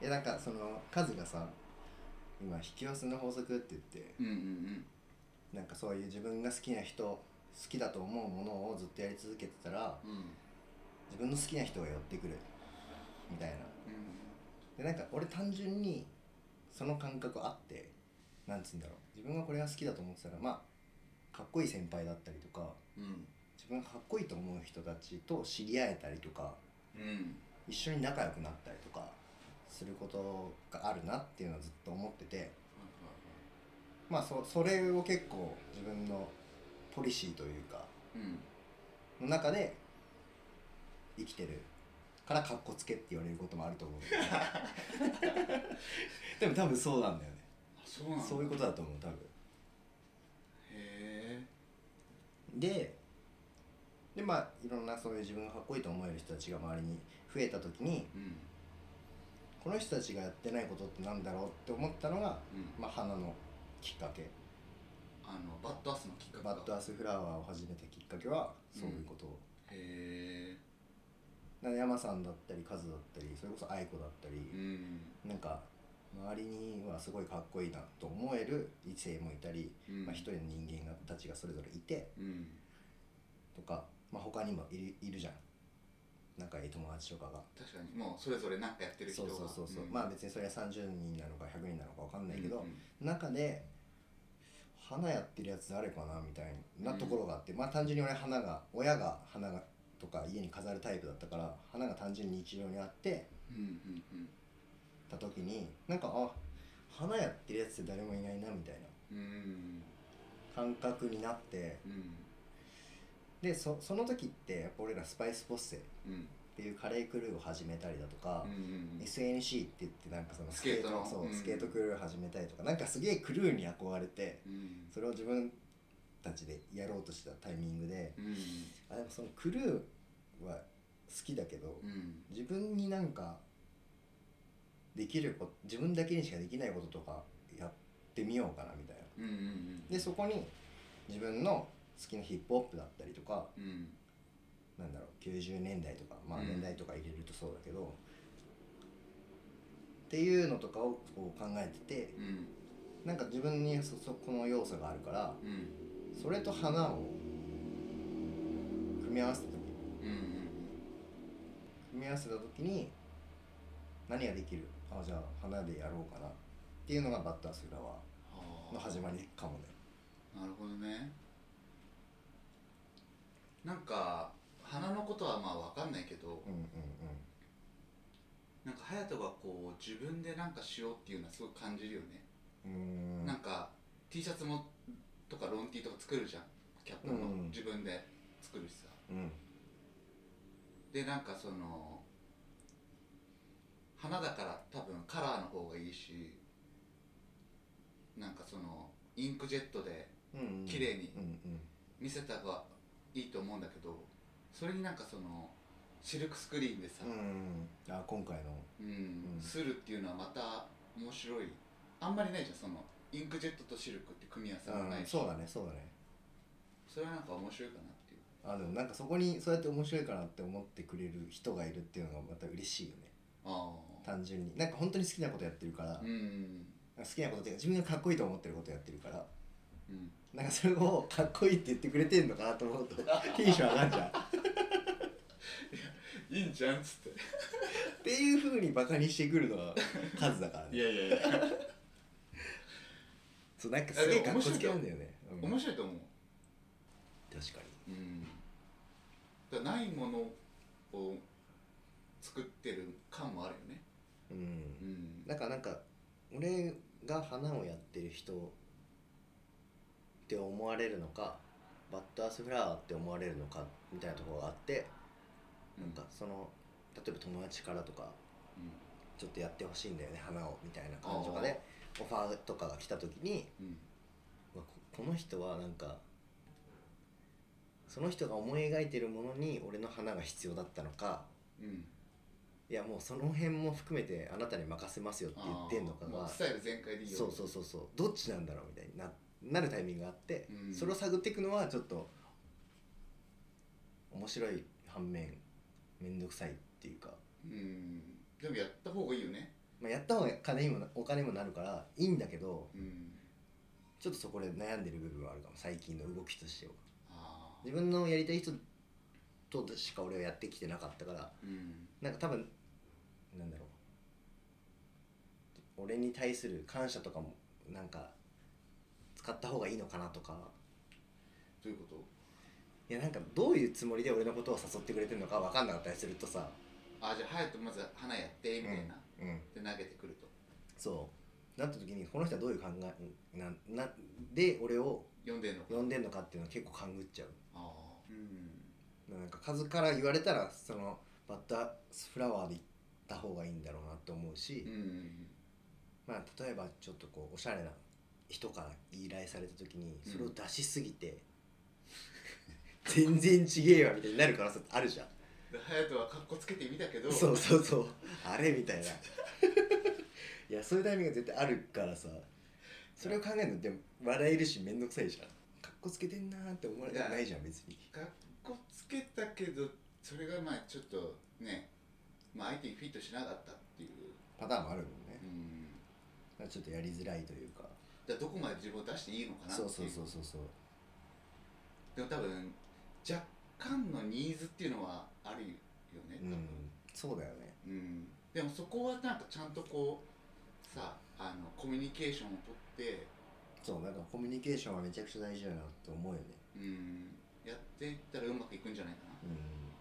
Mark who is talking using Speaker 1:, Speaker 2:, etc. Speaker 1: いやなんかそのカズがさ今引き寄せの法則って言って
Speaker 2: うんうん
Speaker 1: なんかそういう自分が好きな人好きだと思うものをずっとやり続けてたら
Speaker 2: うんうん
Speaker 1: 自分の好きな人が寄ってくるみたいなでなんか俺単純にその感覚あってなんつうんだろう自分がこれが好きだと思ってたらまあかっこいい先輩だったりとか
Speaker 2: うん
Speaker 1: 自分がかっこいいと思う人たちと知り合えたりとか
Speaker 2: うん
Speaker 1: 一緒に仲良くなったりとかすることがあるなっていうのはずっと思っててまあそそれを結構自分のポリシーというか
Speaker 2: うん
Speaker 1: の中で生きてるからかっこつけって言われることもあると思うでも多分そうなんだよね
Speaker 2: あそうなんだ
Speaker 1: そういうことだと思う多分
Speaker 2: へ
Speaker 1: ででまあいろんなそういう自分がかっこいいと思える人たちが周りに増えた時に
Speaker 2: えうん
Speaker 1: この人たちがやってないことってなんだろうって思ったのが、
Speaker 2: うん
Speaker 1: まあ、花のきっかけ
Speaker 2: あのバッドアスのきっかけか
Speaker 1: バッドアスフラワーを始めたきっかけはそういうこと、
Speaker 2: へ
Speaker 1: だから山さんだったりカズだったりそれこそ愛子だった
Speaker 2: え
Speaker 1: り
Speaker 2: う、ん
Speaker 1: なんか周りにはすごいかっこいいなと思える異性もいたり、
Speaker 2: うん
Speaker 1: まあ、一人の人間がたちがそれぞれいて
Speaker 2: うん
Speaker 1: とか、まあ、他にもいるいるじゃん仲いい友達とかが。
Speaker 2: 確かにもうそれぞれなんかやってる
Speaker 1: そ
Speaker 2: 人
Speaker 1: う
Speaker 2: が
Speaker 1: そうそうそう、
Speaker 2: ん
Speaker 1: まあ別にそれは30人なのか100人なのか分かんないけど、
Speaker 2: うん
Speaker 1: 中で花やってるやつ誰かなみたいなところがあって、まあ単純に俺花が親が花がとか家に飾るタイプだったから花が単純に日常にあって
Speaker 2: うんうんうん
Speaker 1: た時になんかあ花やってるやつって誰もいないなみたいな
Speaker 2: うんうん
Speaker 1: 感覚になって
Speaker 2: うん
Speaker 1: でそその時ってやっぱ俺らスパイスポッセっ
Speaker 2: うん
Speaker 1: ていうカレークルーを始めたりだとか、
Speaker 2: うんうんうん
Speaker 1: SNC って言ってなんかその
Speaker 2: スケートの
Speaker 1: そううんスケートクルー始めたりとかなんかすげえクルーに憧れて
Speaker 2: うん
Speaker 1: それを自分たちでやろうとしたタイミングで
Speaker 2: うん
Speaker 1: あでもそのクルーは好きだけど
Speaker 2: うん
Speaker 1: 自分になんかできること自分だけにしかできないこととかやってみようかなみたいな
Speaker 2: うんうんうん
Speaker 1: でそこに自分の好きなヒップホップだったりとか
Speaker 2: うん
Speaker 1: なんだろう90年代とかまあ
Speaker 2: うん
Speaker 1: 年代とか入れるとそうだけど、っていうのとかをこう考えてて
Speaker 2: うん
Speaker 1: なんか自分にそそこの要素があるから
Speaker 2: うん
Speaker 1: それと花を組み合わせた時
Speaker 2: うんうん
Speaker 1: 組み合わせた時に何ができるあじゃあ花でやろうかなっていうのがバッタースフラワーの
Speaker 2: はあ
Speaker 1: 始まりかもね。
Speaker 2: なるほどねなんか花のことはまあ分かんないけど
Speaker 1: うんうんうん
Speaker 2: なんか隼人がこう自分でなんかしようっていうのはすごく感じるよね、
Speaker 1: うーん
Speaker 2: なんか T シャツもとかロン T とか作るじゃんキャップも
Speaker 1: うん
Speaker 2: 自分で作るしさ、
Speaker 1: うん
Speaker 2: でなんかその花だから多分カラーの方がいいしなんかそのインクジェットで
Speaker 1: うんうん
Speaker 2: 綺麗に
Speaker 1: うんうん
Speaker 2: 見せた方がいいと思うんだけどそれになんかそのシルクスクリーンでさ、
Speaker 1: うんあ今回の
Speaker 2: うん
Speaker 1: うん
Speaker 2: するっていうのはまた面白いあんまりないじゃんそのインクジェットとシルクって組み合わせもな
Speaker 1: う
Speaker 2: い
Speaker 1: ん
Speaker 2: し、
Speaker 1: そうだねそうだね
Speaker 2: それはなんか面白いかなっていう
Speaker 1: あでもなんかそこにそうやって面白いかなって思ってくれる人がいるっていうのがまた嬉しいよね
Speaker 2: ああ
Speaker 1: 単純になんか本当に好きなことやってるから、
Speaker 2: うんうん
Speaker 1: 好きなことっていうか自分がかっこいいと思ってることやってるから
Speaker 2: うん
Speaker 1: なんかそれをかっこいいって言ってくれてんのかなと思う とテンション上がるじゃんっ
Speaker 2: いいんじゃんっつって
Speaker 1: ていうふうにバカにしてくるのは数だから
Speaker 2: い
Speaker 1: ね
Speaker 2: やいやいや
Speaker 1: そうなんかすげえかっこつけなんだよねうん
Speaker 2: 面白いと思う
Speaker 1: 確か
Speaker 2: うんだからないものを作ってる感もあるよね
Speaker 1: にう
Speaker 2: うんん
Speaker 1: なんかなんか俺が花をやってる人って思われるのかバッドアースフラワーって思われるのかみたいなところがあってなんかその例えば友達からとか
Speaker 2: う
Speaker 1: ちょっとやってほしいんだよね花をみたいな感じとかでオファーとかが来た時に
Speaker 2: んうん
Speaker 1: うわここの人はなんかその人が思い描いてるものに俺の花が必要だったのか
Speaker 2: うん
Speaker 1: いやもうその辺も含めてあなたに任せますよって言ってんのか
Speaker 2: あーもう
Speaker 1: が
Speaker 2: スタイル全開でいいよ
Speaker 1: そうそうそうそうどっちなんだろうみたいにななるタイミングがあって、
Speaker 2: うん
Speaker 1: それを探っていくのはちょっと面白い反面面倒くさいっていうか、
Speaker 2: うんでもやった方がいいよね
Speaker 1: まあ、やっった方が金にもなお金にもなるからいいんだけど
Speaker 2: うん
Speaker 1: ちょっとそこで悩んでる部分はあるかも最近の動きとしては
Speaker 2: ああ
Speaker 1: 自分のやりたい人としか俺はやってきてなかったから
Speaker 2: うん
Speaker 1: なんか多分なんだろう俺に対する感謝とかもなんか使った方がいいのかなとか
Speaker 2: どういうこと
Speaker 1: いやなんかどういうつもりで俺のことを誘ってくれてるのか分かんなかったりするとさ
Speaker 2: あじゃあ隼人まず花やってみたいな、
Speaker 1: うん
Speaker 2: で投げてくると
Speaker 1: そうなった時にこの人はどういう考えななで俺を
Speaker 2: 読んでんのか
Speaker 1: 呼んでんのかっていうのは結構勘ぐっちゃう
Speaker 2: ああうん
Speaker 1: なんか数から言われたらそのバッターフラワーで行った方がいいんだろうなって思うし、
Speaker 2: うん
Speaker 1: まあ、例えばちょっとこうおしゃれな人から依頼された時にそれを出しすぎて、全然ちげえわみたいになる可能性あるじゃん
Speaker 2: で隼人はかっこつけてみたけど
Speaker 1: そうそうそうあれ みたいないやそういうタイミングが絶対あるからさそれを考えるのでも笑えるし面倒くさいじゃんかっこつけてんなーって思われたくないじゃん別に
Speaker 2: かっこつけたけどそれがまあちょっとね、まあ、相手にフィットしなかったっていう
Speaker 1: パターンもあるもんね
Speaker 2: うん
Speaker 1: だからちょっとやりづらいというか
Speaker 2: だからどこまで自分を出していいのかなってい
Speaker 1: そうそうそうそうそう
Speaker 2: でも多分若干のニーズっていうのはあるよね
Speaker 1: う
Speaker 2: 多分
Speaker 1: んそうだよね
Speaker 2: うん、でもそこはなんかちゃんとこうさあのコミュニケーションをとって
Speaker 1: そうなんかコミュニケーションはめちゃくちゃ大事だなって思うよね
Speaker 2: うんやっていったらうまくいくんじゃないかな
Speaker 1: うん